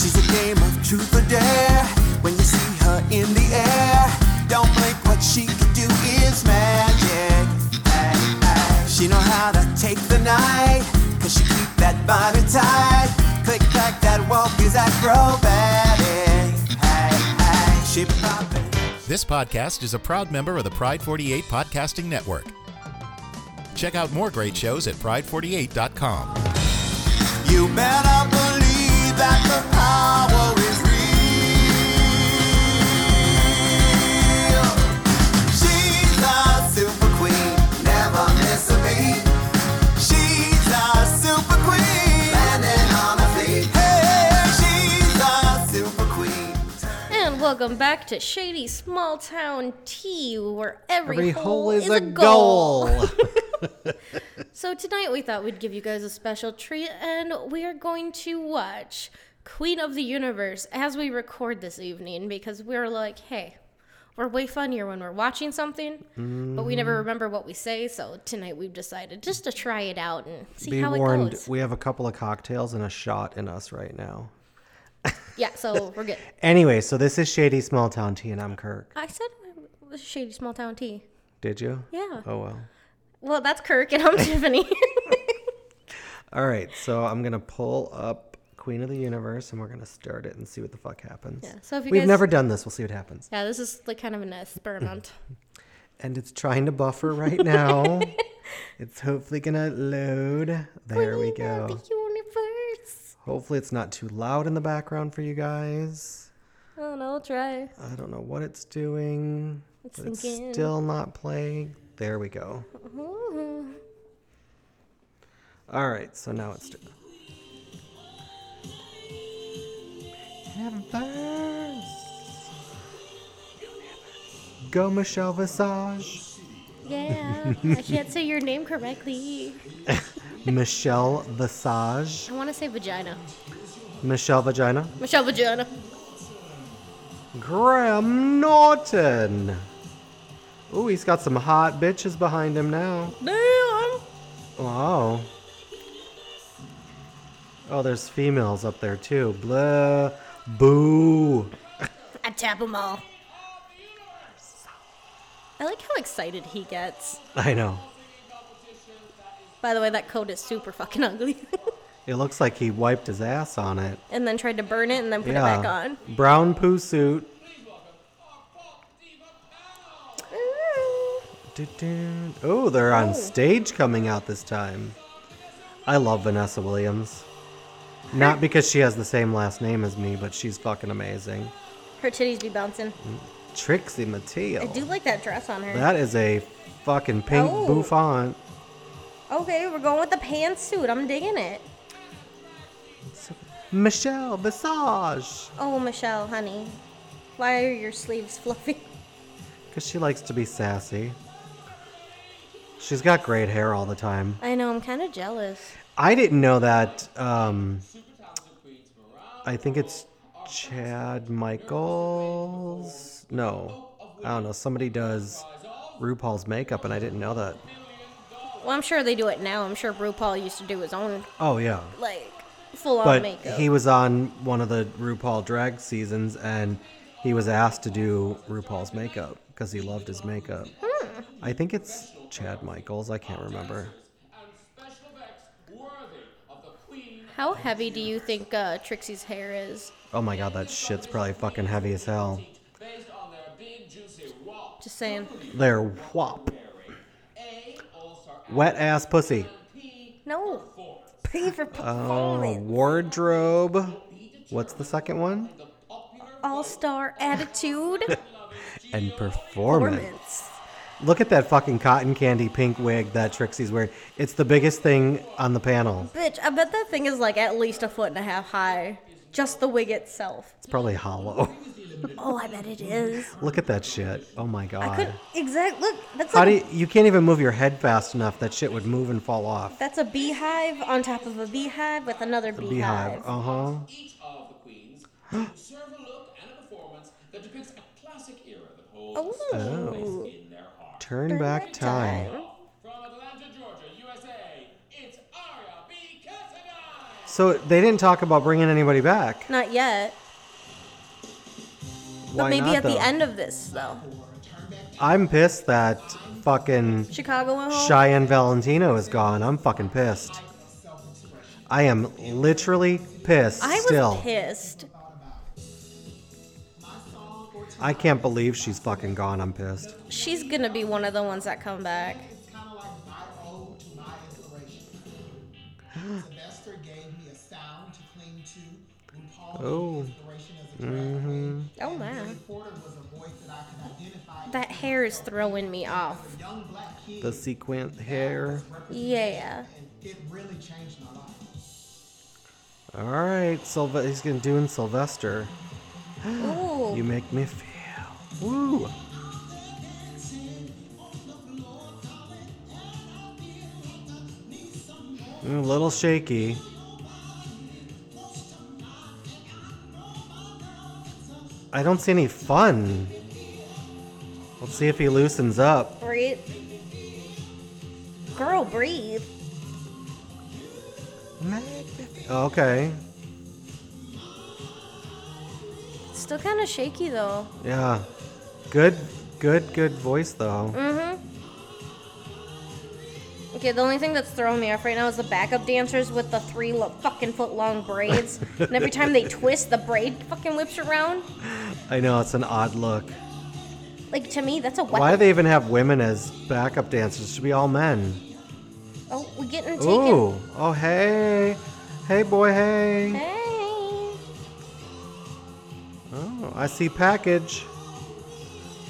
She's a game of truth or dare. When you see her in the air, don't blink. What she can do is magic. She know how to take the night, cause she keep that body tight. Click clack, that walk is acrobatic. She poppin'. This podcast is a proud member of the Pride 48 Podcasting Network. Check out more great shows at pride48.com. You better believe that the power is real. She's a super queen, never miss a beat. She's a super queen, landing on her feet. Hey, she's a super queen. And welcome back to Shady Small Town Tea, where every, Every hole is, a goal. So tonight we thought we'd give you guys a special treat, and we are going to watch Queen of the Universe as we record this evening because we're like, hey, we're way funnier when we're watching something, but we Mm-hmm. never remember what we say. So tonight we've decided just to try it out and see Be how warned, it goes. we have a couple of cocktails and a shot in us right now. yeah, so we're good. Anyway, so this is Shady Small Town Tea, and I'm Kirk. I said uh, Shady Small Town Tea. Did you? Yeah. Oh well. Well, that's Kirk, and I'm Tiffany. All right, so I'm gonna pull up Queen of the Universe, and we're gonna start it and see what the fuck happens. Yeah, so if you we've guys- never done this, we'll see what happens. yeah, this is like kind of an experiment. And it's trying to buffer right now. it's hopefully gonna load. There we Queen of go. The universe. Hopefully, it's not too loud in the background for you guys. Oh no, I'll try. I don't know what it's doing. It's but it's thinking. still not playing. There we go. Ooh. All right, so now it's. do- Universe. Go, Michelle Visage. Yeah, I can't say your name correctly. Michelle Visage. I want to say vagina. Michelle Vagina. Michelle Vagina. Graham Norton. Ooh, he's got some hot bitches behind him now. Damn. Wow. Oh, there's females up there too. Blah. Boo. I tap them all. I like how excited he gets. I know. By the way, that coat is super fucking ugly. It looks like he wiped his ass on it. and then tried to burn it and then put yeah. it back on. Brown poo suit. Ooh. Doo-doo. Oh, they're on Oh. stage coming out this time. I love Vanessa Williams. Not because she has the same last name as me, but she's fucking amazing. Her titties be bouncing. Trixie I do Mattel. like that dress on her. That is a fucking pink Oh. bouffant. Okay, we're going with the pantsuit. I'm digging it. Michelle Visage. Oh, Michelle, honey. Why are your sleeves fluffy? Because she likes to be sassy. She's got great hair all the time. I know, I'm kind of jealous. I didn't know that. Um, I think it's Chad Michaels. No, I don't know. Somebody does RuPaul's makeup, and I didn't know that. Well, I'm sure they do it now. I'm sure RuPaul used to do his own, Oh, yeah. like, full on But makeup. he was on one of the RuPaul drag seasons, and he was asked to do RuPaul's makeup because he loved his makeup. I think it's Chad Michaels. I can't remember. How heavy do you think uh, Trixie's hair is? Oh my god, that shit's probably fucking heavy as hell. Just saying. There, whop. Wet ass pussy. No. Pay for Oh, performance. wardrobe. What's the second one? All star attitude. And performance. performance. Look at that fucking cotton candy pink wig that Trixie's wearing. It's the biggest thing on the panel. Bitch, I bet that thing is like at least a foot and a half high. Just the wig itself. It's probably hollow. Oh, I bet it is. Look at that shit. Oh my I could god. exact look. That's How like do you, you can't even move your head fast enough. That shit would move and fall off. that's a beehive on top of a beehive with another beehive. Beehive. Uh huh. each of the queens to serve a look and a performance that depicts a classic era that holds a special place in their heart. Turn Oh. back time. From Atlanta, Georgia, USA, it's Aria B. Casadine. So they didn't talk about bringing anybody back. Not yet. But Why maybe not, at though? the end of this, though. I'm pissed that fucking Chicago went home. Cheyenne Valentino is gone. I'm fucking pissed. I am literally pissed I was still. pissed. I can't believe she's fucking gone. I'm pissed. She's gonna be one of the ones that come back. Sylvester gave me a sound to cling to. RuPaul Oh. gave me inspiration as a drag queen. Oh man, Porter was a voice that I could identify with. that hair is throwing me off. Young black kid The sequin hair. Yeah. and it really changed my life. All right, Sylve- he's gonna doing Sylvester. Ooh. You make me feel. Woo. Mm, A little shaky. I don't see any fun. Let's see if he loosens up. Breathe. Girl, breathe. Okay. Still kind of shaky though. Yeah. Good, good, good voice though. Okay, the only thing that's throwing me off right now is the backup dancers with the three lo- fucking foot long braids. and every time they twist, the braid fucking whips around. I know it's an odd look. Like to me, that's a weapon. Why do they even have women as backup dancers? It should be all men. Oh, we getting taken. Ooh. Oh, hey. Hey, boy, hey. Hey. Oh, I see package.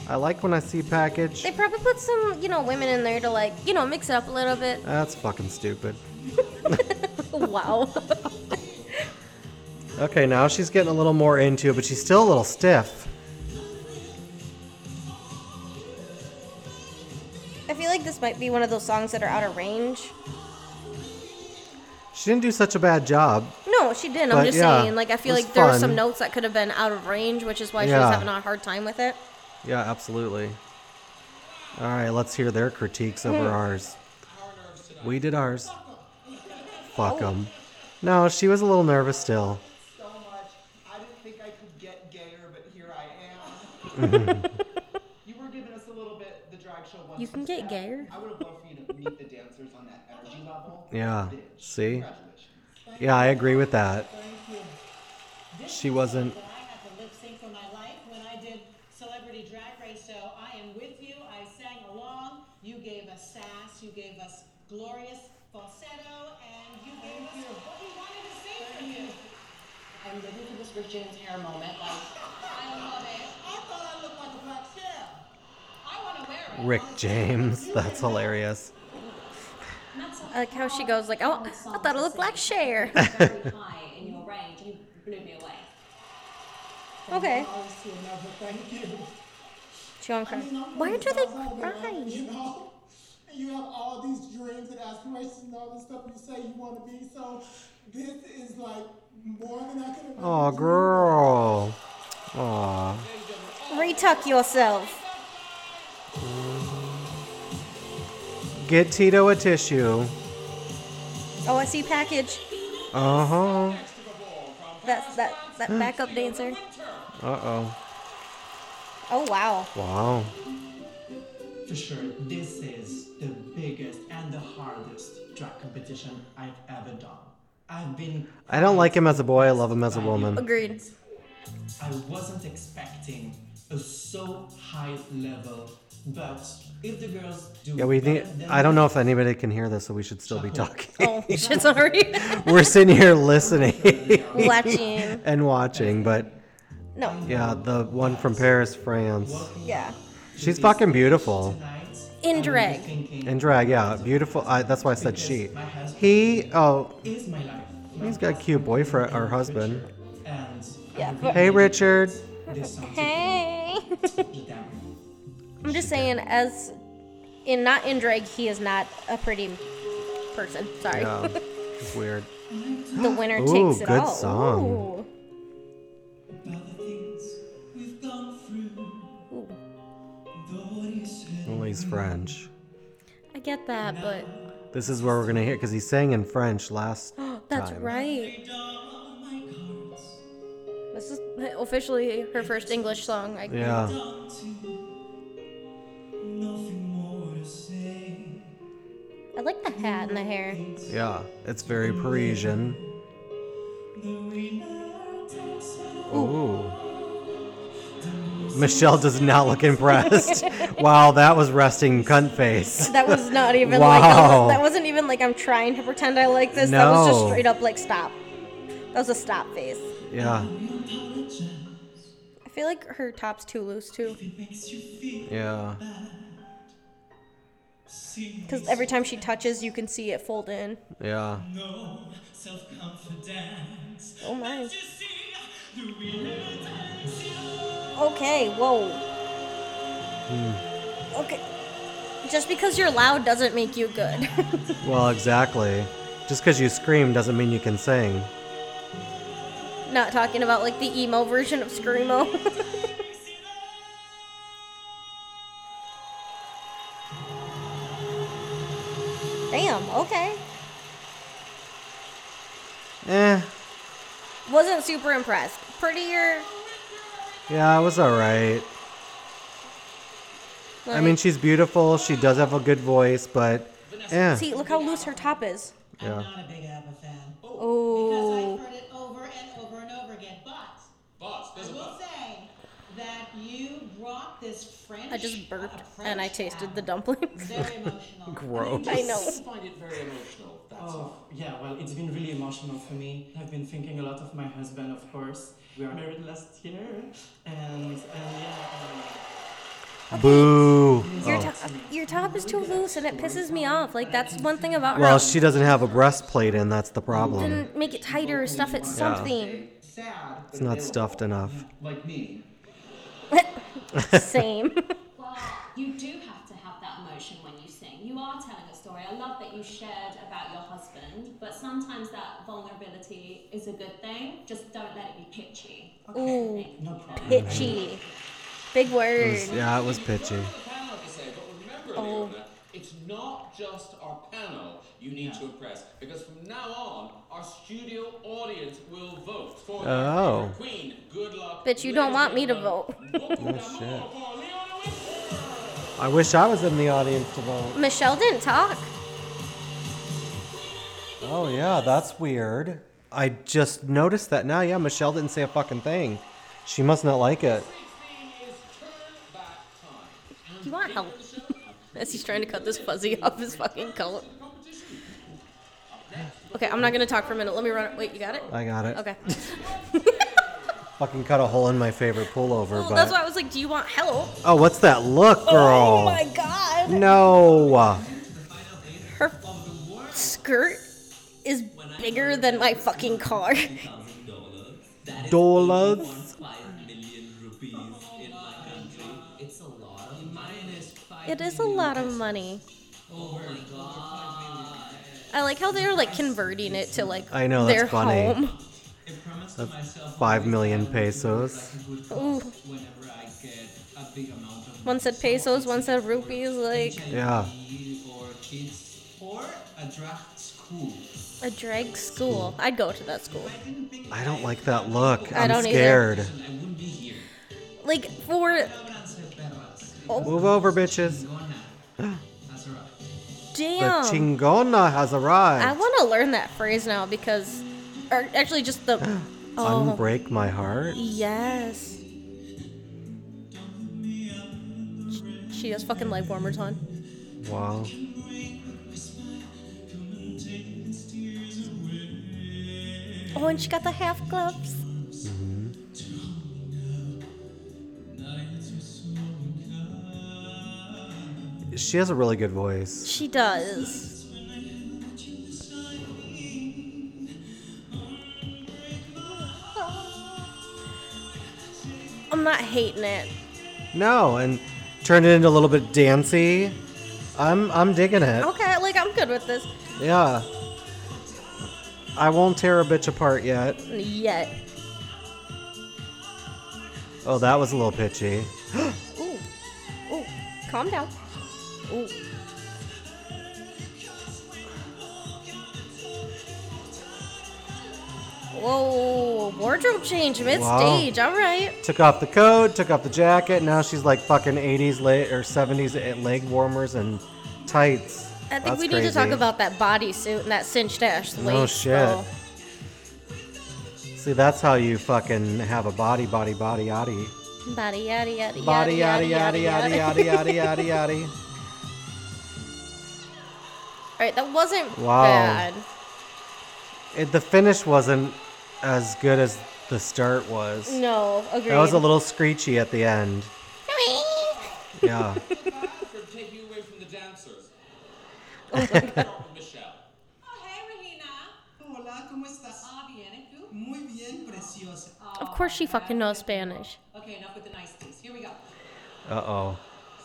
I like when I see package. They probably put some, you know, women in there to like, you know, mix it up a little bit. That's fucking stupid. wow. Okay, now she's getting a little more into it, but she's still a little stiff. I feel like this might be one of those songs that are out of range. She didn't do such a bad job. No, she didn't. But, I'm just yeah, saying. Like, I feel it was like there were some fun. notes that could have been out of range, which is why she Yeah. was having a hard time with it. Yeah, absolutely. All right, let's hear their critiques over ours. We did ours. Fuck them. No, she was a little nervous still. So much. I didn't think I could get gayer, but here I am. you were giving us a little bit the drag show once. You can get gayer. I would have loved for you to meet the dancers on that energy Oh. level. Yeah, Bitch. see? Congratulations. Yeah, I agree with that. She wasn't. that I had to lip sync for my life when I did Celebrity Drag Race. So I am with you. I sang along. You gave us sass. You gave us glorious falsetto, and you gave us what we wanted to see from you. I'm living for this Rich James hair moment. Like I love it. I thought I looked like a black shell. I want to wear it. Rick James. That's hilarious. Not so I like how she goes, like, oh, I thought it looked like Cher. very high in your range. You blew me away. okay. Honestly, another thank you. She won't cry. You know, Why do they it's all there, cry? You know, and you have all these dreams and aspirations and all this stuff you say you want to be. So this is like more than I could have. Oh, girl. Aw. Retuck yourself. Get Tito a tissue. Oh, I see package. Uh huh. That's that that backup dancer. Uh oh. Oh wow. Wow. For sure, this is the biggest and the hardest drag competition I've ever done. I've been. I don't like him as a boy. I love him as a woman. Agreed. I wasn't expecting a so high level, but if the girls do. Yeah, we better need. than I don't me, know if anybody can hear this, so we should still be talking. Oh shit, sorry. We're sitting here listening Watching. and watching, but No. yeah, the one from Paris, France. Yeah. She's fucking beautiful. Tonight, In drag. thinking, And drag, yeah, beautiful. I, that's why I said she. my husband He, oh, is my life. My he's got a cute boyfriend or husband. And Yeah. Hey, Richard. this song Hey. is down. I'm just saying, as in not in drag, he is not a pretty person. Sorry. Yeah, it's weird. the winner Ooh, takes it good all. song. By the things we've gone through. Ooh. Ooh. Though it is Only he's French. I get that, but This is where we're gonna hear because he sang in French last. that's time. right. This is officially her first English song. I Yeah. I like the hat and the hair. Yeah. It's very Parisian. Ooh. Michelle does not look impressed. wow, that was resting cunt face. That was not even like that, Wow. was, that wasn't even like I'm trying to pretend I like this. That was just No. straight up like stop. That was a stop face. Yeah. I feel like her top's too loose too, Yeah. because every time she touches, you can see it fold in. Yeah. Oh my. Okay, whoa. Hmm. Okay. Just because you're loud doesn't make you good. Well, exactly. Just because you scream doesn't mean you can sing. Not talking about like the emo version of Screamo. Damn, okay. Eh. Wasn't super impressed. Prettier. Yeah, it was alright. I like- mean, she's beautiful. She does have a good voice, but eh. see, look how loose her top is. Yeah. Not a big ABBA fan. Because Oh. I've heard it over and over and over again. But But there's I a will but. say that you brought this French. I just burped a French and I tasted the ABBA. dumplings. Very emotional. Gross. I know. I find it very emotional. That's Oh, yeah, well, it's been really emotional for me. I've been thinking a lot of my husband, of course. We were married last year, and, and yeah. um, Boo. Your, Oh. top, your top is too loose and it pisses me off. Like, that's one thing about her. Well, she doesn't have a breastplate in. That's the problem. Then make it tighter, stuff it something. Sad. It's not stuffed enough. Like me. Same. But you do have to have that emotion when you sing. You are telling a story. I love that you shared about your husband, but sometimes that vulnerability is a good thing. Just don't let it be pitchy. Ooh, No problem. pitchy. Big It word. was- yeah, it was pitchy. the panel, like I say, but remember, Oh, Leona, it's not just our panel you need to impress, because from now on, our studio audience will vote for their Oh. favorite queen. Good luck. But you don't want me to vote. oh, shit. I wish I was in the audience to vote. Michelle didn't talk. Oh, yeah, that's weird. I just noticed that now. Yeah, Michelle didn't say a fucking thing. She must not like it. Do you want help? As he's trying to cut this fuzzy off his fucking coat. Okay, I'm not gonna talk for a minute. Let me run. Wait, you got it? I got it. Okay. Fucking cut a hole in my favorite pullover, Well, but. Oh, that's why I was like, do you want help? Oh, what's that look, Oh girl? my god. no. Her skirt is bigger than my fucking car. Dollars. It is a lot of money. I like how they're like converting it to like I know, that's their funny. home. That's 5 million pesos. Ooh. One said pesos, one said rupees. Like Yeah. a drag school. I'd go to that school. I don't like that look. I I'm don't either. scared. Like for oh, Move over, bitches. The damn. chingona has I arrived. want to learn that phrase now because, or actually just the. Oh Unbreak my heart. yes. She has fucking leg warmers on. Wow. Oh, and she got the half gloves. She has a really good voice. She does. I'm not hating it. No, and turned it into a little bit dancey. I'm I'm digging it. Okay, like I'm good with this. Yeah. I won't tear a bitch apart yet. Yet. Oh, that was a little pitchy. Ooh. Ooh. Calm down. Ooh. Whoa, wardrobe change mid stage. All right. Took off the coat, took off the jacket. Now she's like fucking 80s late or 70s at leg warmers and tights. I think That's we need to talk crazy. about that bodysuit and that cinched ass lace. No shit. though. See, that's how you fucking have a body, body, body, yaddy. Body yada yada Body, yada yaddy, yaddy, yaddy, yaddy, yaddy, yaddy, yaddy. All right, that wasn't Wow. bad. It, the finish wasn't as good as the start was. No, agreed. That was a little screechy at the end. Yeah. for taking you away from the dancers. Start with Michelle. Oh, hey, Regina. Hola, ¿cómo estás? Ah, bien, ¿y tú? Muy bien, preciosa. Of course, she fucking knows Spanish. Okay, enough with the niceties. Here we go. Uh oh.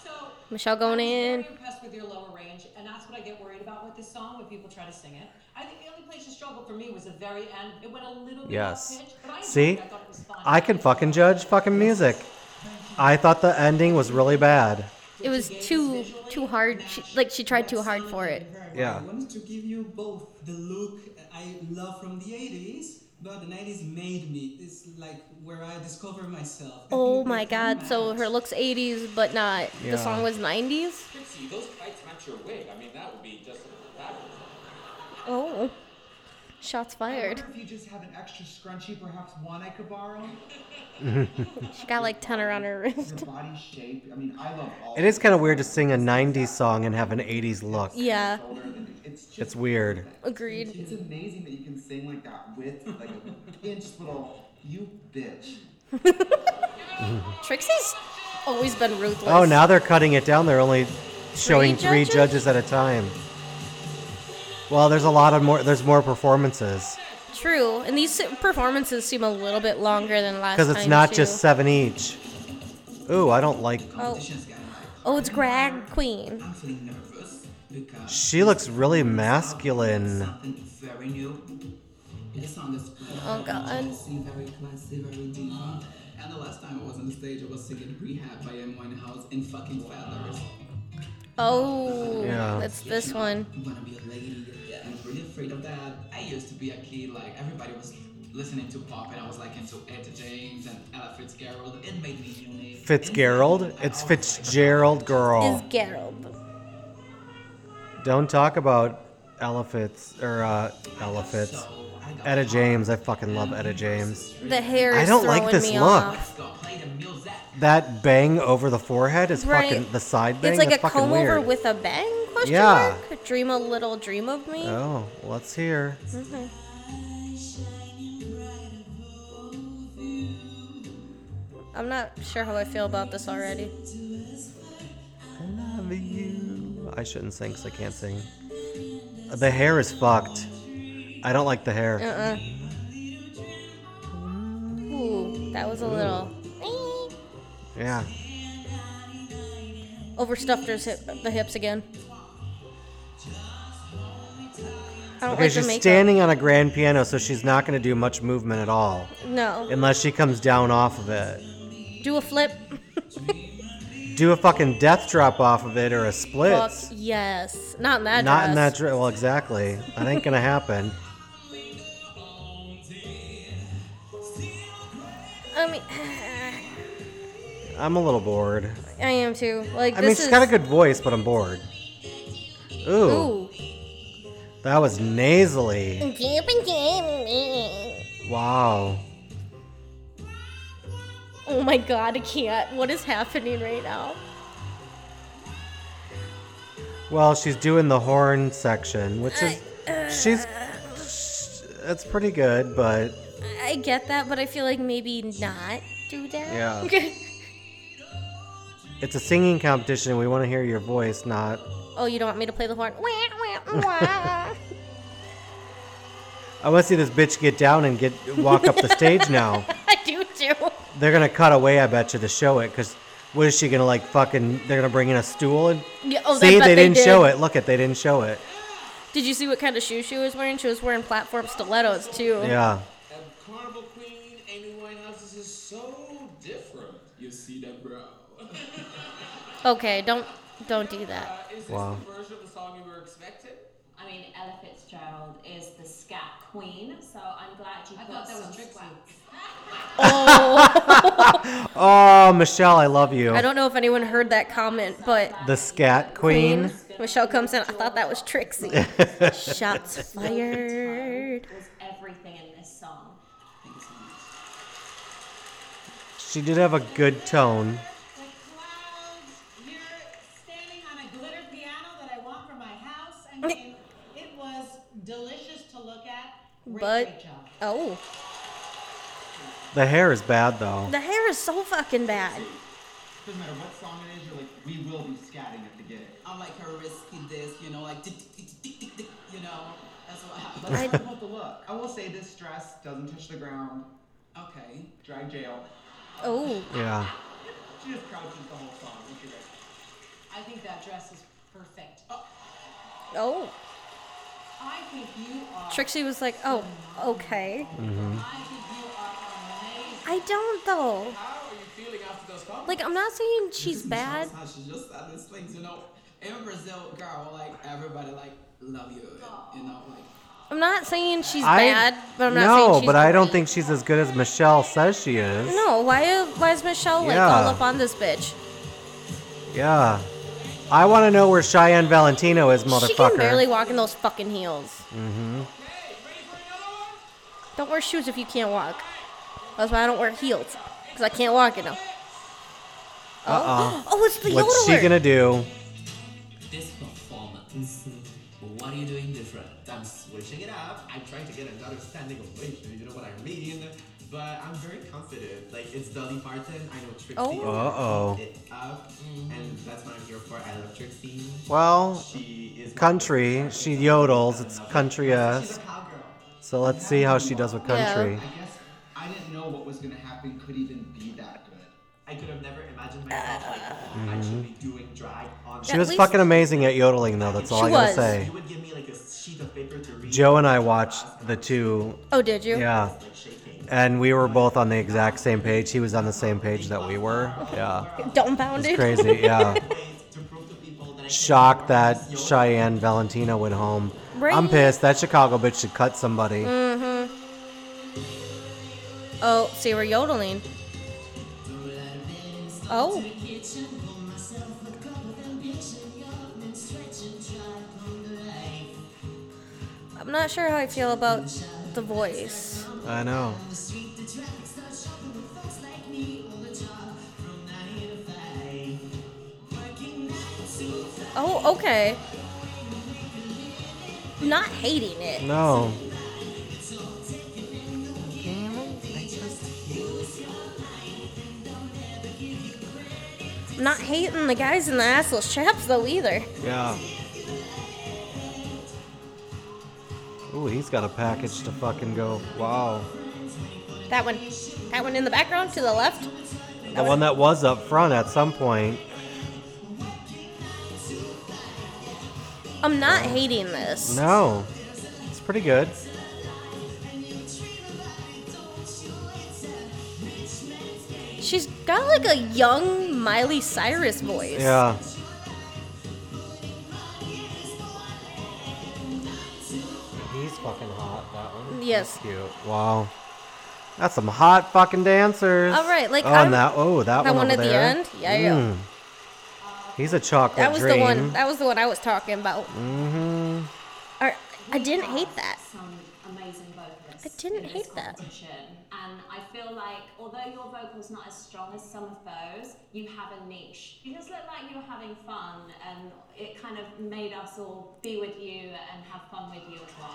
So, Michelle going I'm in. very impressed with your lower range, and that's what I get worried about with this song when people try to sing it. I think the only place you struggled for me was the very end. It went a little bit Yes. off pitch, but I enjoyed See? it. I thought it was fun. I can fucking judge fucking music. I thought the ending was really bad. It was too too hard. She, like she tried too hard for it. Very well. Yeah. I wanted to give you both the look I love from the 80s, but the 90s made me. It's like where I discover myself. Oh my god! So her looks 80s, but not Yeah. the song was 90s. Trixie, those tights match your wig. I mean, that would be just fabulous. Oh, shots I fired. wonder if you just have an extra scrunchie, perhaps one I could borrow. She got like ten around her Your wrist. body shape. I mean, I love all. It is kind of weird to sing a 90s song and have an 80s look. Yeah, shoulder, and It's just. It's weird. agreed. It's amazing that you can sing like that with like a inch little. You bitch. Trixie's always been ruthless. Oh, now they're cutting it down. They're only showing three judges? judges at a time. Well, there's a lot of more. There's more performances True, and these performances seem a little bit longer than last time. because it's not too. just seven each. Ooh, I don't like. Oh, Just got like, oh, it's Greg Queen. I'm feeling nervous because She looks really it's masculine. something very new. It's song is Oh, God. Classy, very classy, very diva. And the last time I was on the stage, I was singing Rehab by M. Winehouse in fucking feathers. Oh, Yeah. that's this one. You wanna be a lady? Yeah, I'm really afraid of that. I used to be a kid, like everybody was listening to pop, and I was like into Etta James and Ella Fitzgerald. It made me unique. Fitzgerald. It's Fitzgerald, Is girl. Gerald. Don't talk about Ella Fitz or uh, Ella Fitz. Etta James. I fucking love Etta James. The hair is I don't throwing like this me look. off. Go play the music. That bang over the forehead is Right. fucking the side bang. It's like that's a fucking comb weird. over with a bang? Question Yeah. mark? Dream a little dream of me. Oh, well, let's hear. Mhm. I'm not sure how I feel about this already. I love you. I shouldn't sing because I can't sing. The hair is fucked. I don't like the hair. Uh uh Ooh, that was a little Yeah. overstuffed her hip, the hips again. I don't Okay, like the she's makeup. standing on a grand piano, so she's not going to do much movement at all No, unless she comes down off of it. do a flip. Do a fucking death drop off of it or a Fuck split. yes, not in that. Not in dress. that. Dr- well, exactly. That ain't going to happen. I mean, I'm a little bored. I am too. Like I this mean, is. she's got a good voice, but I'm bored. Ooh, Ooh. that was nasally. Wow. Oh my god, I can't. What is happening right now? Well, she's doing the horn section, which is uh, she's that's pretty good, but I get that, but I feel like maybe not do that. Yeah. it's a singing competition and we want to hear your voice, not oh, you don't want me to play the horn? Wah, wah, wah. I want to see this bitch get down and get walk up the stage now. I do too. They're going to cut away, I bet you, to show it cuz what is she going to like fucking they're going to bring in a stool and Yeah, oh, I See, bet they they didn't did. show it. Look at they didn't show it. Did you see what kind of shoes she was wearing? She was wearing platform stilettos too. Yeah. And Carnival Queen, Amy Winehouse, this Uh, is so different. You see that, bro? Okay, don't Don't do that. Is this Wow. the version of the song you were expecting? I mean, Ella Fitzgerald is the scat queen, so I'm glad you I put thought that some was Trixie. Oh, Michelle, I love you. I don't know if anyone heard that comment, but The scat queen. Michelle comes in. I thought that was Trixie. Shots fired. was everything in this song. She did have a good tone. The clouds, you're standing on a glitter piano that I want for my house. I mean, it was delicious to look at. Great, But- great job. Oh, The hair is bad though. the hair is so fucking bad. Doesn't matter what song it is, you're like, we will be scatting at the gig. I'm like her risky this, you know, like tick, tick, tick, tick, tick, tick, you know. That's what happens. I I- want the look. I will say this dress doesn't touch the ground. Okay. Drag jail. Oh, Yeah. She just crouches the whole song. It's great. I think that dress is perfect. oh. I think you are. Mm-hmm. Trixie was like, oh, okay. I think you are amazing. I don't though. How are you feeling after those comments? Like, I'm not saying she's bad. How she just said these things, you know. In Brazil, girl, like everybody like love you, and, you know, like I'm not saying she's I bad, but I'm not saying no, she's but I don't great. think she's as good as Michelle says she is. No, why why is Michelle like Yeah. all up on this bitch? Yeah. I want to know where Cheyenne Valentino is, motherfucker. Mm-hmm. She can barely walk in those fucking heels. Don't wear shoes if you can't walk. That's why I don't wear heels, because I can't walk in them. Uh-uh. Oh, it's the What's yodeler. she gonna do? this performance. Mm-hmm. what are you doing different? I'm switching it up. I'm trying to get an understanding of English. You know what I mean? But I'm very confident. Like it's Dolly Parton. I know Trixie. is Oh. gonna Uh-oh. keep It up, Mm-hmm. and that's what I'm here for. I love Trixie. Well, She is my country. favorite. She yodels. It's country She's ass. a cowgirl. So let's see how she does with Yeah. country. I guess I didn't know what was gonna happen could even be that good. I could have never imagined myself like actually doing drag on. She At was least- fucking amazing at yodeling, though. That's all She I gotta was. say. You would give me like a sheet of paper to read. Joe and I watched the two. Oh, did you? Yeah. Like shaking. And we were both on the exact same page. He was on the same page that we were. Yeah. Don't pound It's it. crazy. Yeah. Ways to prove to people that I can Shocked perform that this yoga. Cheyenne Valentino went home. I'm Right. Mm. pissed. That Chicago bitch should cut somebody. Oh, see, we're yodeling. Oh. I'm not sure how I feel about the voice. I know. Oh, okay. Not hating it. No. Not hating the guys in the asshole straps though either. Yeah. Ooh, he's got a package to fucking go. Wow. That one, that one in the background to the left. The one that was up front at some point. I'm not hating this. No. It's pretty good. She's got like a young Miley Cyrus voice. Yeah. He's fucking hot, that one. Yes. Cute. Wow. That's some hot fucking dancers. All right, like, oh, I'm- and that oh that, that one, one over at the there. end? Yeah, yeah. He's a chocolate That was dream. the one. That was the one I was talking about. Mm-hmm. I, I didn't hate that. Some amazing vocalists. I didn't in this hate that. competition. And I feel like, although your vocal's not as strong as some of those, you have a niche. You just look like you were having fun, and it kind of made us all be with you and have fun with you as well.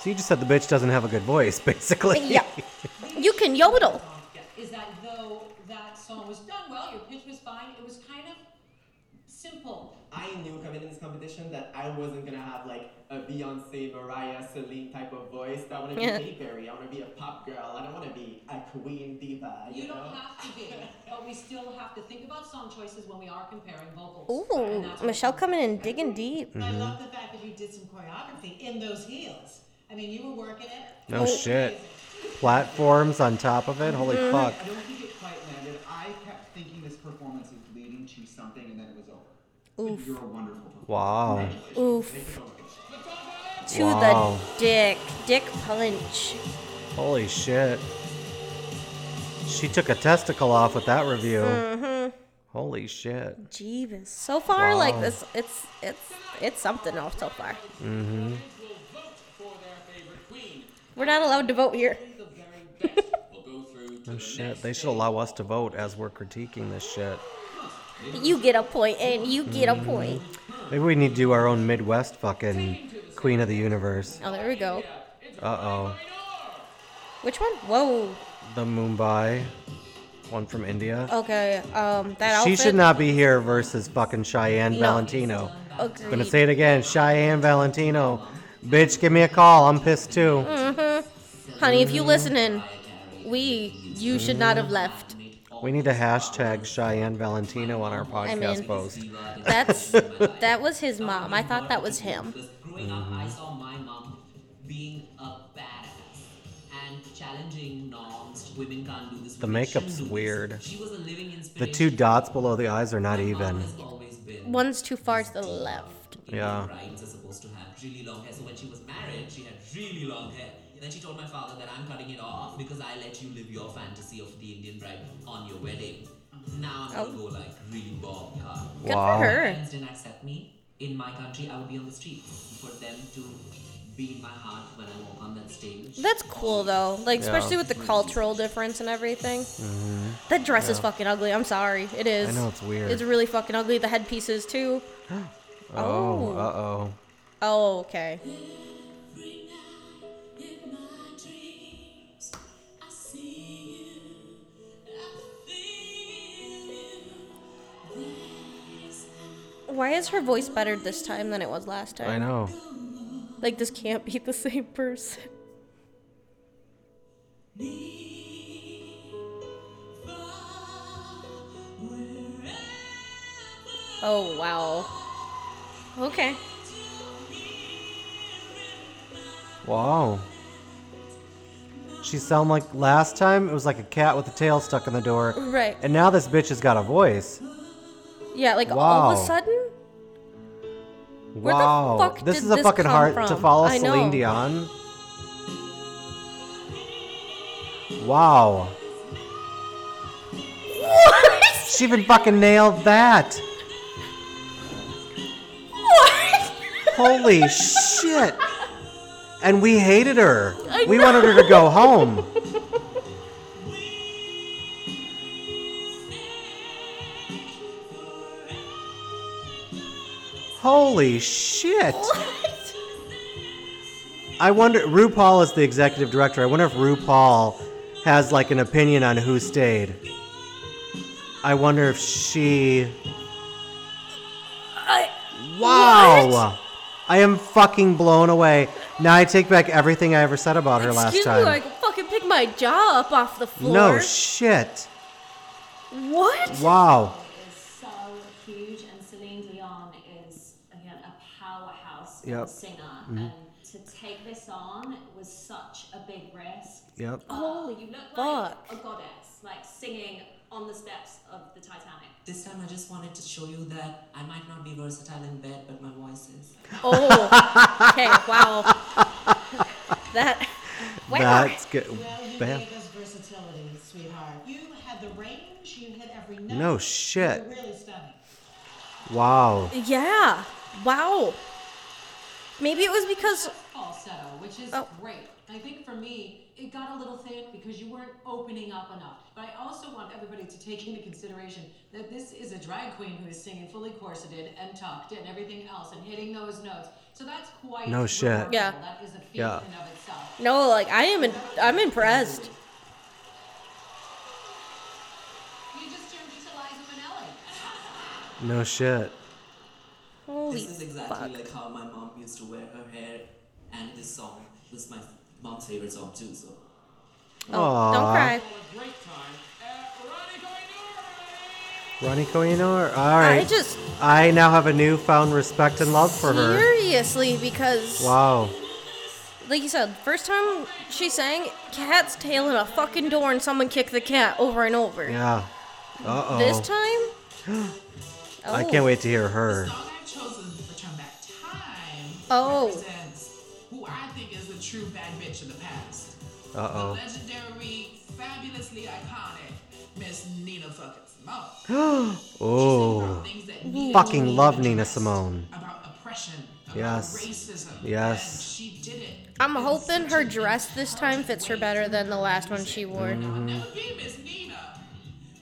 so you just said the bitch doesn't have a good voice, basically. Yeah. You can yodel. Is that though that song was done well, your pitch was fine, it was kind of simple. I knew coming in this competition that I wasn't gonna have like a Beyonce, Mariah, Celine type of voice. I wanna be Yeah. Katy Perry. I wanna be a pop girl. I don't wanna be a queen diva. You, You know. don't have to be, but we still have to think about song choices when we are comparing vocals. And Ooh, that's what Michelle coming in digging deep. I love Mm-hmm. the fact that you did some choreography in those heels. I mean, you were working it. Oh. No shit. Platforms on top of it. Holy Mm-hmm. fuck. I don't think it quite landed. I kept thinking this performance was leading to something and then it was over. Oof. You're a wonderful performer. Wow. Oof. To Wow. the dick. Dick punch. Holy shit. She took a testicle off with that review. Mm-hmm. Holy shit. Jeebus. So far, like Wow. this, it's it's it's something else so far. Mm-hmm. We're not allowed to vote here. No Oh, shit. They should allow us to vote as we're critiquing this shit. You get a point, and you get a point. Maybe we need to do our own Midwest fucking Queen of the Universe. Oh, there we go. Uh oh. Which one? Whoa. The Mumbai one from India. Okay. Um, Oh, that she outfit. should not be here versus fucking Cheyenne No. Valentino. Agreed. I'm gonna say it again, Cheyenne Valentino. Bitch, give me a call. I'm pissed too. Mm-hmm. Honey, if you listening, we you should not have left. We need to hashtag Cheyenne Valentino on our podcast I mean, post. that's that was his mom. I thought that was him. Growing up, I saw my mom being a badass and challenging norms. Women can't do this. The women shouldn't makeup's do this. weird. She was a living inspiration. The two dots below the eyes are not even. has always been. One's too far to the left. Yeah. Brides are supposed to have really long hair. So when she was married, she had really long hair. Then she told my father that I'm cutting it off because I let you live your fantasy of the Indian bride on your wedding. Now I'm Oh. gonna go like really bob hard. Good for Wow. If my her. parents didn't accept me in my country, I would be on the street. For them to be in my heart when I walk on that stage. That's cool though, like Yeah. Mm-hmm. especially with the cultural difference and everything. That dress is fucking ugly. I'm sorry, it is. I know it's weird. It's really fucking ugly. The headpieces too. Oh, Oh. uh oh. Oh, okay. Why is her voice better this time than it was last time? I know. Like this can't be the same person. Oh wow. Okay. Wow. She sound like last time it was like a cat with a tail stuck in the door. Right. And now this bitch has got a voice. Yeah, like all of a Wow. sudden? Where the Wow. fuck this did is a this fucking come hard to from? follow I know. Celine Dion. Wow. What? She even fucking nailed that. What? Holy shit. And we hated her. I we know. wanted her to go home. Holy shit. What? I wonder RuPaul is the executive director. I wonder if RuPaul has like an opinion on who stayed. I wonder if she I, Wow. What? I am fucking blown away. Now I take back everything I ever said about her last excuse time. me, I can fucking pick my jaw up off the floor. no shit. what? Wow. is so huge, and Celine Dion is again a powerhouse of a Yep. singer, and to take this on was such a big risk. Yep. Holy you look fuck. like a goddess, like singing on the steps of the Titanic. This time I just wanted to show you that I might not be versatile in bed, but my voice is. Oh. Okay, wow. That. Wow. That's good. Well, you Bam. gave us versatility, sweetheart. You had the range. You hit every note. No shit. You were really stunning. Wow. Yeah. Wow. Maybe it was because. falsetto, which is Oh. great. I think for me, it got a little thick because you weren't opening up enough. But I also want everybody to take into consideration that this is a drag queen who is singing fully corseted and tucked and everything else and hitting those notes. So that's quite No shit. remarkable. Yeah. That is a feat Yeah. in and of itself. No, like I am. In, I'm impressed. You just turned into Liza Minnelli. No shit. Holy This is exactly fuck. like how my mom used to wear her hair, and this song was my mom's favorite song too. So Oh, don't Aw. cry. Ronnie Koinor. All right. I just I now have a newfound respect and love for her. seriously because, Wow. like you said, first time she sang, cat's tail in a fucking door and someone kicked the cat over and over. Yeah. Uh oh. This time, I can't wait to hear her. song I've chosen for Turn Back Time Oh. represents who I think is the true bad bitch of the past. Uh The oh. legendary, fabulously iconic Miss Nina fucking Simone. Oh. Things that needed Fucking to be love Nina addressed Simone. About oppression, about Yes. racism. Yes. And she did it. I'm hoping her dress this time fits her better than the last one she wore. Mm-hmm. I'll never be Miss Nina,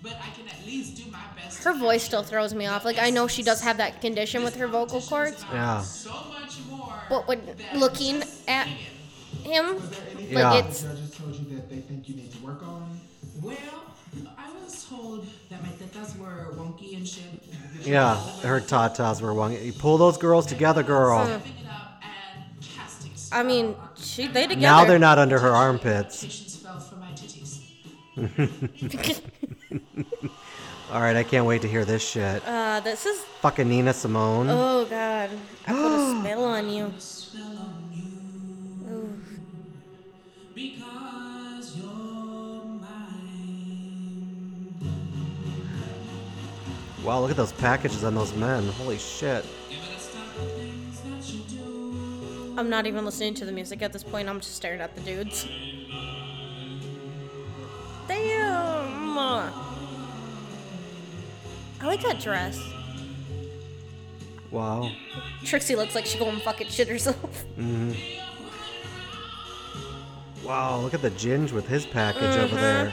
but I can at least do my best. Her to voice still throws me off. Like I know she does have that condition with her vocal cords, Yeah. So much more. but when looking at him, like Yeah. it's Judges told you that they think you need to work on. Well, I was told that my tetas were wonky and shit. Yeah, her tatas were wrong. You pull those girls together, girl. Stepping it up and casting spells. I mean, she they together. Now they're not under her armpits. Patience fell for my titties. All right, I can't wait to hear this shit. Uh, this is Fucking Nina Simone. oh god. I put a spell on you. Because you're mine. Wow, look at those packages on those men. Holy shit. I'm not even listening to the music at this point. I'm just staring at the dudes. Damn. I like that dress. Wow. Trixie looks like she going fucking shit herself. Wow, look at the ginge with his package Uh-huh. over there.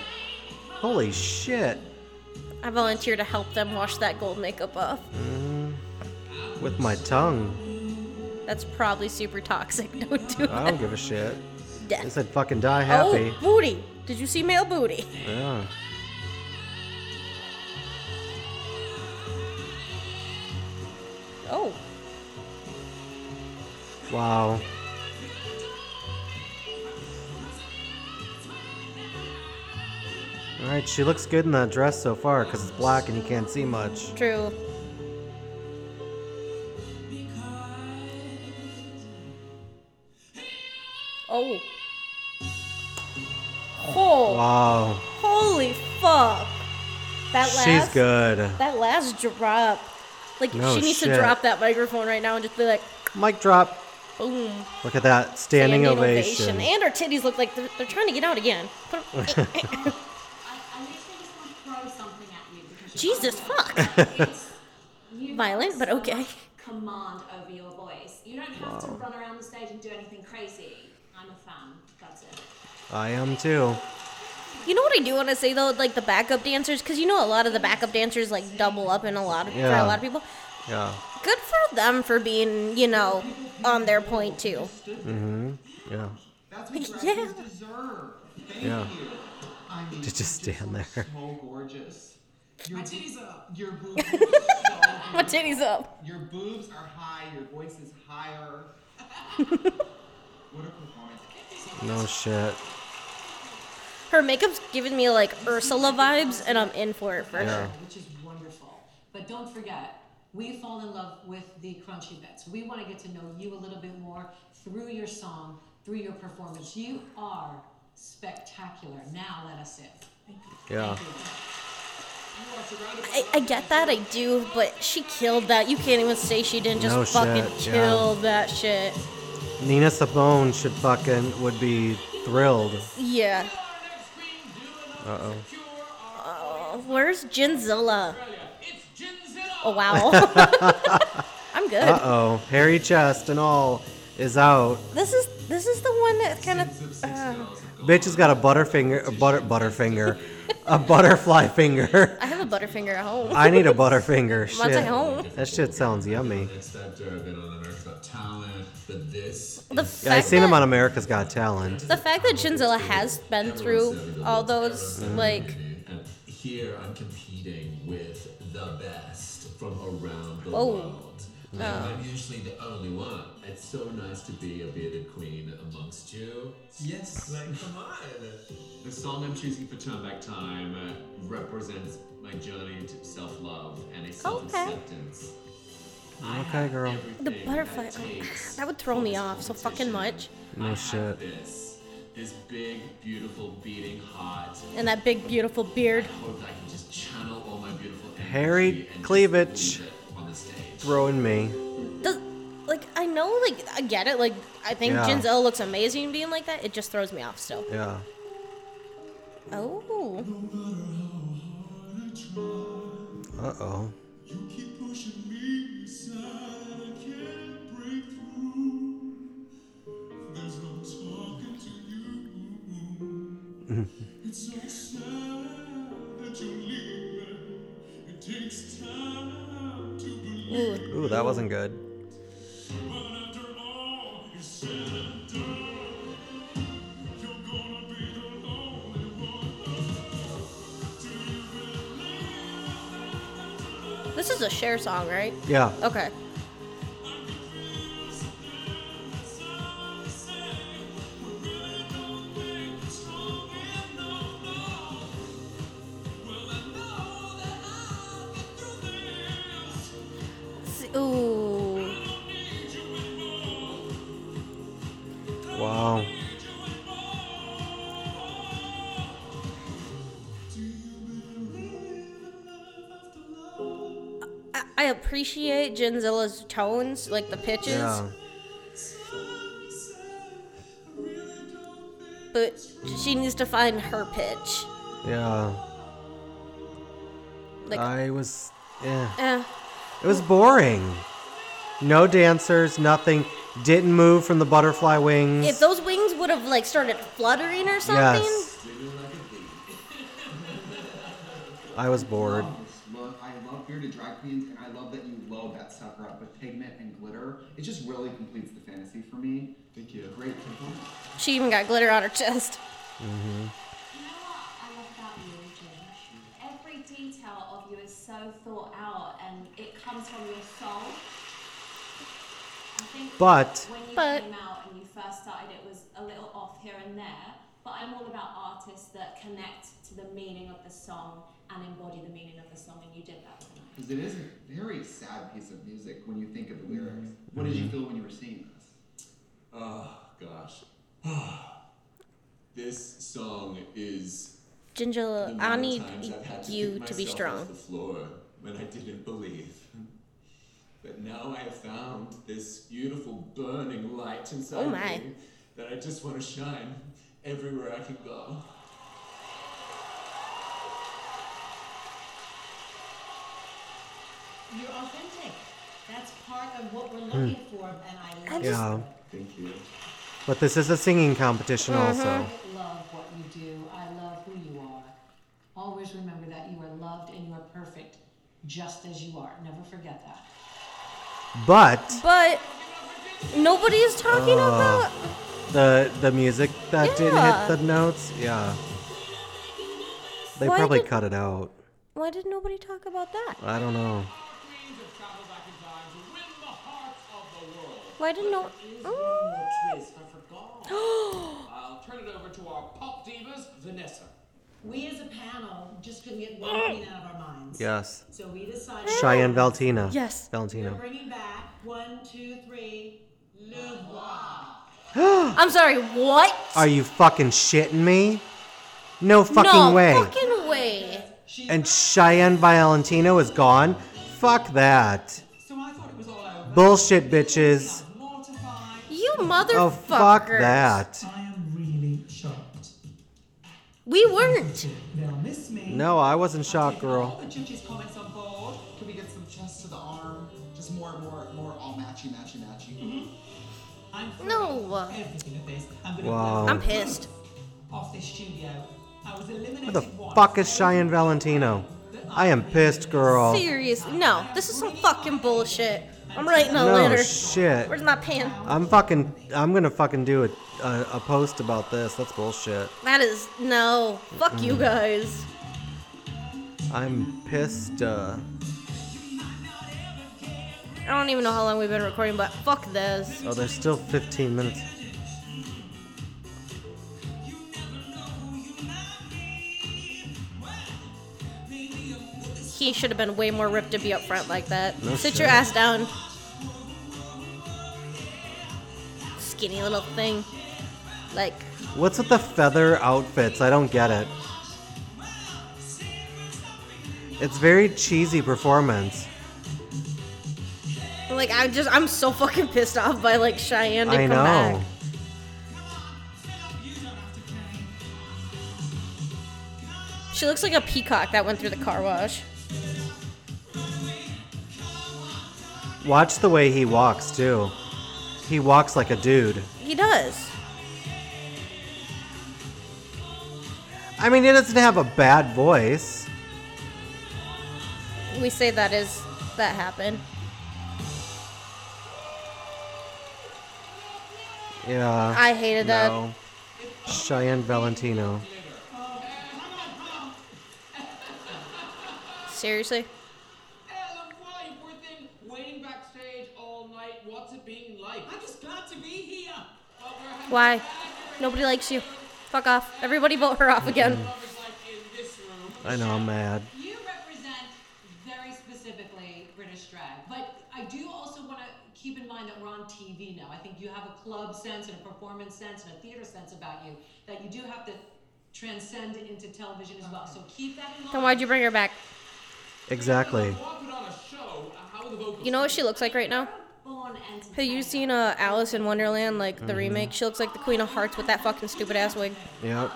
Holy shit. I volunteer to help them wash that gold makeup off. With my tongue. That's probably super toxic. Don't do I that. don't give a shit. Death. I said fucking die happy. Oh, booty. Did you see male booty? Yeah. Oh. Wow. Alright, she looks good in that dress so far because it's black and you can't see much. True. Oh. Oh, Wow. holy fuck. That last She's good. That last drop. Like No she needs to shit. drop that microphone right now and just be like, Mic drop. boom. Look at that standing, standing ovation. And her titties look like they're, they're trying to get out again. Put 'em- I, I literally just want to throw something at you because you Jesus fuck. It's- you Violent, have but so okay. much Command over your voice. You don't have to run around the stage and do anything crazy. I'm a fan. That's it. I am too. You know what I do want to say though, like the backup dancers, because you know a lot of the backup dancers like double up in a lot of for Yeah. a lot of people. Yeah. Good for them for being, you know, on their point too. Yeah. That's what Yeah. dragons deserve. Thank Yeah. you. I mean, To just you stand look there. So gorgeous. Your My titties up. Your boobs are so My titties up. Your boobs are high, your voice is higher. what a performance. No shit. Her makeup's giving me like Ursula vibes, and I'm in for it for Yeah. her. which is wonderful. But don't forget, we fall in love with the crunchy bits. We want to get to know you a little bit more through your song, through your performance. You are spectacular. Now let us in. Yeah. Thank you. You are surrounded I, by I get that, I do, but she killed that. You can't even say she didn't just No fucking shit, yeah. kill that shit. Nina Simone should fucking would be thrilled. Yeah. Uh oh. Oh, where's Ginzilla? It's Ginzilla. Oh wow. I'm good. Uh oh. Hairy chest and all is out. This is this is the one that kind of. Uh, Bitch has got a butterfinger, a butter butterfinger, a butterfly finger. I have a butterfinger at home. I need a butterfinger. Shit. Once I home. That shit sounds yummy. Next factor, I've been on America's Got Talent, but this. The Yeah, I fact seen that, him on America's Got Talent. the fact that Shinzilla has been through all those like And here I'm competing with the best from around the Oh. world. And I'm usually the only one. It's so nice to be a bearded queen amongst you. Yes, like come on. The song I'm choosing for Turn Back Time uh, represents my journey to self-love and a self-acceptance. I Okay, have girl. everything the butterfly. that oh, takes that would throw me for this off so fucking competition. much. No I have shit. This, this big, beautiful, beating heart. And that big beautiful beard. I hope I can just channel all my beautiful energy Hairy and just cleavage. leave it. throwing me. Does, like I know, like I get it. Like I think Yeah. Ginzel looks amazing being like that. It just throws me off still. Yeah. Oh, Uh oh. It's so sad that you're leaving. It takes time to believe. Ooh, that wasn't good. But after all is said and done, you're gonna be the lonely one. Do you this is a share song, right? Yeah. Okay. See- Ooh. Oh. Wow. I, I appreciate Genzilla's tones, like the pitches, Yeah. but she needs to find her pitch. Yeah. Like- I was. Yeah. Eh. It was boring. No dancers, nothing. Didn't move from the butterfly wings. If those wings would have like started fluttering or something, Yes. I was bored. Look, I love bearded drag queens, and I love that you load that sucker up with pigment and glitter. It just really completes the fantasy for me. Thank you. Great compliment. she even got glitter on her chest. Mm-hmm. You know what I love about you, Jim? Every detail of you is so thought out and it comes from your soul. I think But- when you But- came out and you first started, it was a little off here and there. But I'm all about artists that connect to the meaning of the song and embody the meaning of the song, and you did that tonight. Because it is a very sad piece of music when you think of the lyrics. What did you feel when you were singing this? Oh, gosh. this song is the Ginger, number I of need times I've had you kick to be myself strong. Off the floor when I didn't believe. But now I have found this beautiful burning light inside Oh my. me that I just want to shine everywhere I can go. You're authentic. That's part of what we're Hmm. looking for, and I love Yeah. Thank you. But this is a singing competition, Mm-hmm. also. I love what you do. I love who you are. Always remember that you are loved and you are perfect just as you are. Never forget that. But But nobody is talking uh, about. the the music that Yeah. didn't hit the notes. Yeah. They Why probably did- cut it out. Why did nobody talk about that? I don't know. Why did no? mm. Twist, I forgot. I'll turn it over to our pop divas, Vanessa. We as a panel just couldn't get one Oh. queen out of our minds. Yes. So we decided. Cheyenne Valentina. Yes. We're Valentina. bringing back one, two, three. Lua. I'm sorry. What? Are you fucking shitting me? No fucking no way. fucking way. And Cheyenne Valentino is gone? Fuck that. Bullshit, bitches. You Oh, motherfucker. fuck that. We weren't. They'll miss me. No, I wasn't shocked, All girl. the judges' comments on bold. Can we get some chest to the arm? Just more, more, more. All matchy, matchy, matchy. Mm-hmm. I'm No. everything of this. I'm gonna Wow. I'm pissed. off this studio. I was eliminated Where the fuck is Cheyenne Valentino? I am pissed, girl. Serious. No. This is some fucking bullshit. I'm writing a No letter. shit. Where's my pen? I'm fucking. I'm gonna fucking do a, a, a post about this. That's bullshit. That is no. Fuck Mm. you guys. I'm pissed. Uh, I don't even know how long we've been recording, but fuck this. oh, there's still 15 minutes. He should have been way more ripped to be up front like that. No Sit shit. your ass down. Skinny little thing. Like, What's with the feather outfits? I don't get it. It's very cheesy performance. Like I'm just I'm so fucking pissed off by like Cheyenne to I come know. back. She looks like a peacock that went through the car wash. Watch the way he walks too. He walks like a dude. He does. I mean, he doesn't have a bad voice. We say that is that happened. Yeah. I hated that. No. Cheyenne Valentino. Seriously. Ellen White, we're then waiting backstage all night. What's it being like? I'm just glad to be here. Well, we're having Why? Nobody likes you. Fuck off. Everybody vote her off again. lovers like in this room. I know, I'm mad. You represent very specifically British drag, but I do also want to keep in mind that we're on TV now. I think you have a club sense and a performance sense and a theater sense about you that you do have to transcend into television as well. So keep that in mind. Then why'd you bring her back? Exactly. uh, You know what she looks like right now? Have you seen uh, Alice in Wonderland, like the Mhm. remake? She looks like the Queen of Hearts with that fucking stupid ass wig. Yep.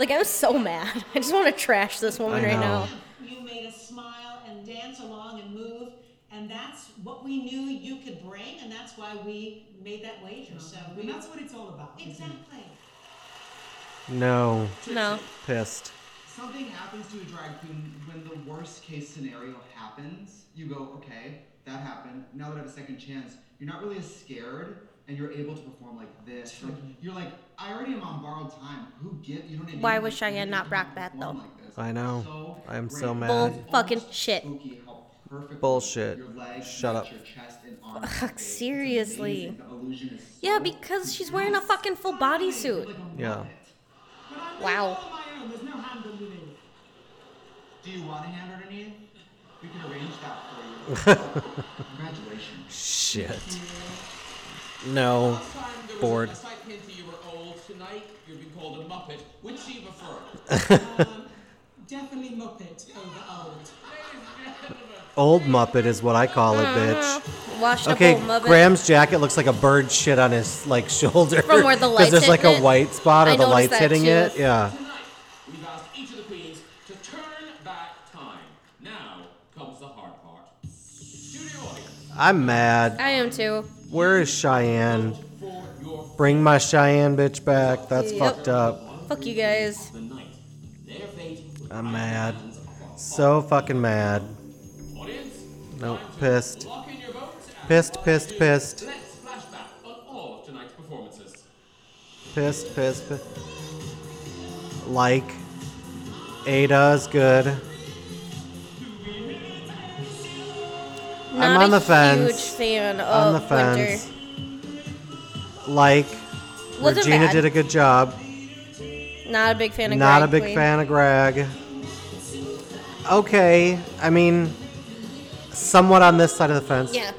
Like I'm so mad. I just want to trash this woman I right know. now. You made us smile and dance along and move, and that's what we knew you could bring, and that's why we made that wager. So we, And that's what it's all about. Exactly. No. No. Pissed. Something happens to a drag queen when the worst case scenario happens. You go, okay, that happened. Now that I have a second chance, you're not really as scared, and you're able to perform like this. Like you're like, I already am on borrowed time. Who get? You know what I mean? Why Like, was Cheyenne not Brock Bat though? I know. I'm so mad. Bull fucking shit. Bullshit. Shut up. Fuck, seriously. Yeah, because she's wearing a fucking full bodysuit. Yeah. Wow. On my own, there's no hand underneath. Do you want a hand underneath? We can arrange that for you. Congratulations. Shit. No. Time there Bored. Was a slight hint that you were old tonight. You're being called a muppet. Which do you prefer? um, Definitely Muppet over old. Old Muppet is what I call it, bitch. Washed Okay, up old Uh-huh. Muppet. Graham's jacket looks like a bird shit on his like shoulder. From where the Because lights there's like hitting a it. white spot or I the noticed lights that hitting too. it. Yeah. We've asked each of the queens to turn back time. Now comes the hard part. Studio audience, I'm mad. I am too. Where is Cheyenne? Bring my Cheyenne bitch back. That's Yep. fucked up. Fuck you guys. their fate. I'm mad. So fucking mad. Audience, Nope, pissed. lock in your votes. and Pissed, while pissed, you do, pissed. Let's flash back on all of tonight's performances. Pissed, pissed, pissed. Like. Ada's good. I'm Not on the a fence. Huge fan of on the fence. Oh, Winter. Like. Wasn't Regina bad. did a good job. Not a big fan of. Not Greg a big Queen. fan of Greg. Okay, I mean, somewhat on this side of the fence. Yeah.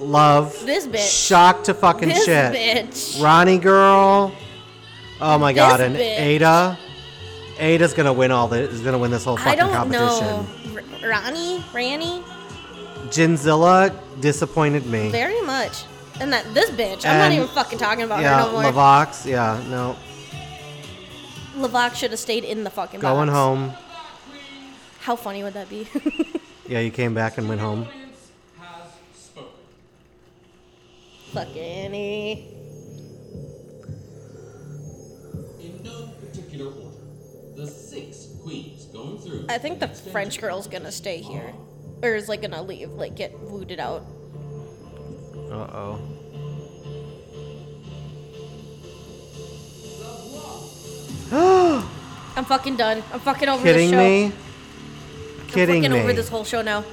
Love. This bitch. Shocked to fucking This shit. bitch. Ronnie girl. Oh my This god, and bitch. Ada. Ada's gonna win all this. Is gonna win this whole fucking I don't know. competition. R- Ronnie, Ranny, Ginzilla disappointed me. very much. And that this bitch. I'm And- not even fucking talking about yeah, her no more. Lavox. Yeah, no, Lavak should have stayed in the fucking going box. home. How funny would that be? Yeah, you came back and went home. fucking A. In no particular order, the six queens going through. I think the French girl's gonna stay here. Or is like gonna leave, like get wooted out. Uh oh. I'm fucking done. I'm fucking over this Kidding show. me? Kidding I'm fucking me? over this whole show now.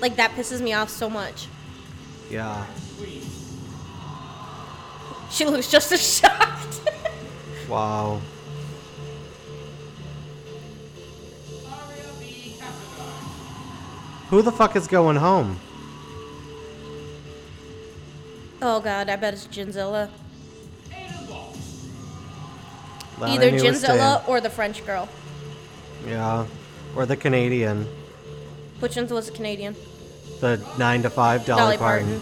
Like that pisses me off so much. yeah. She looks just as shocked. Wow. Who the fuck is going home? oh god, I bet it's Ginzilla. That I Either knew was Ginzilla or the French girl. Dan. Yeah. Or the Canadian. Which one's was a Canadian? The nine to five Dolly Dolly, Parton.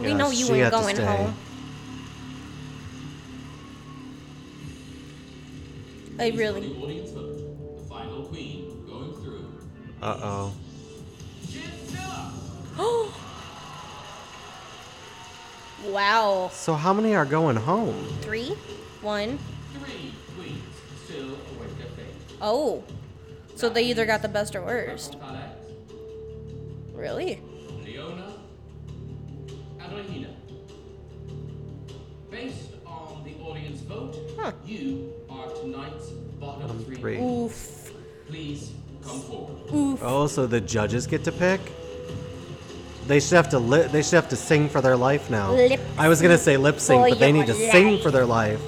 We Yeah, know you she ain't had to going stay. home. I really. The audience vote. The final queen going through. Uh oh. wow. So how many are going home? Three, one. Three queens still await their fate. Oh. So they either got the best or worst. Really? Leona and Regina. Based on the audience vote, you are tonight's bottom three. three. Oof. Please come forward. Oof. Oh, so the judges get to pick. They should have to li- they should have to sing for their life now. Lip I was gonna say sync lip sync, for but they need to your sing for their life.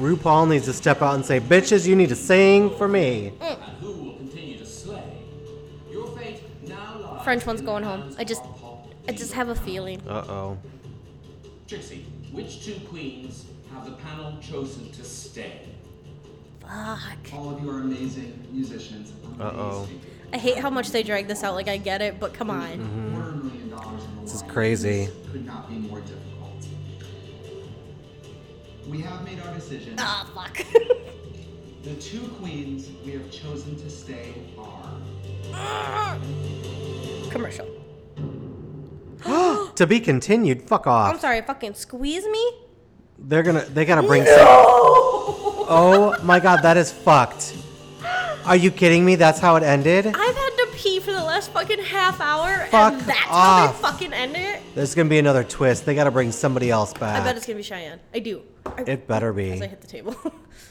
RuPaul needs to step out and say, "Bitches, you need to sing for me." Hmm. And who will continue to slay? Your fate now lies. French one's going home. I just. I just have a feeling. Uh oh. Trixie, which two queens have the panel chosen to stay? Fuck. All of you are amazing musicians. Uh oh. I hate how much they drag this out. Like, I get it, but come on. Quarter million dollars in the This is line. crazy. This Could not be more difficult. We have made our decision. Ah, fuck. The two queens we have chosen to stay are. Commercial. to be continued. Fuck off. I'm sorry, fucking squeeze me? They're gonna. They gotta bring. No! Oh my god, that is fucked. Are you kidding me? That's how it ended. I've had to pee for the last fucking half hour, and Fuck that's how off. they fucking end it. There's gonna be another twist. They gotta bring somebody else back. I bet it's gonna be Cheyenne. I do. I, it better as I be. hit the table.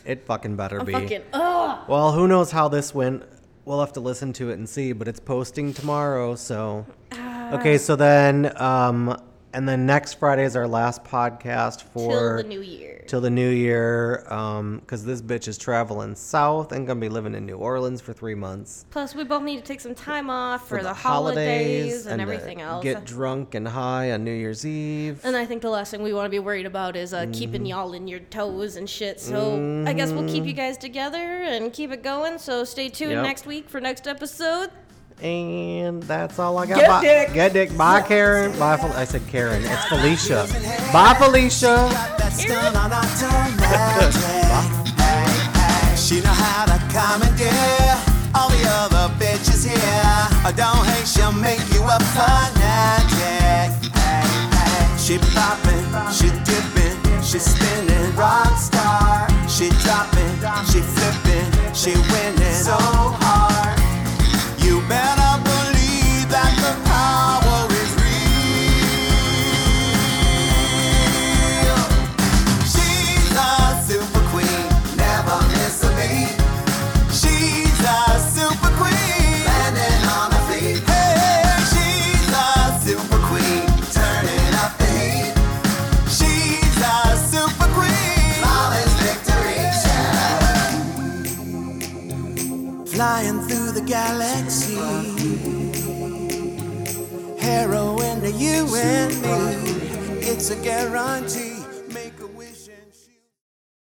It fucking better I'm be. fucking. Ugh. Well, who knows how this went? We'll have to listen to it and see. But it's posting tomorrow, so. Ah. Okay, so then, um, and then next Friday is our last podcast for Till the new year. till the new year because this bitch is traveling south and gonna be living in new orleans for three months Plus, we both need to take some time off for, the, holidays, and, to everything else. get drunk and high on new year's eve and I think the last thing we want to be worried about is uh, keeping y'all in your toes and shit. So I guess we'll keep you guys together and keep it going. So stay tuned Yep. next week for next episode. and that's all i got Get bye. dick. get dick bye karen bye Fel- i said karen it's felicia bye felicia that stun on automatic. She know how to commandeer all the other bitches here. I don't hate, she'll make you a fanatic. She poppin', she dippin', she spinning rock star. She droppin', she flippin', she winning so hard. You better believe that the power is real. She's a super queen, never miss a beat. She's a super queen, landing on her feet. Hey, she's a super queen, turning up the heat. She's a super queen, flawless victory. Flying through the galaxy, heroin to you and me. It's a guarantee.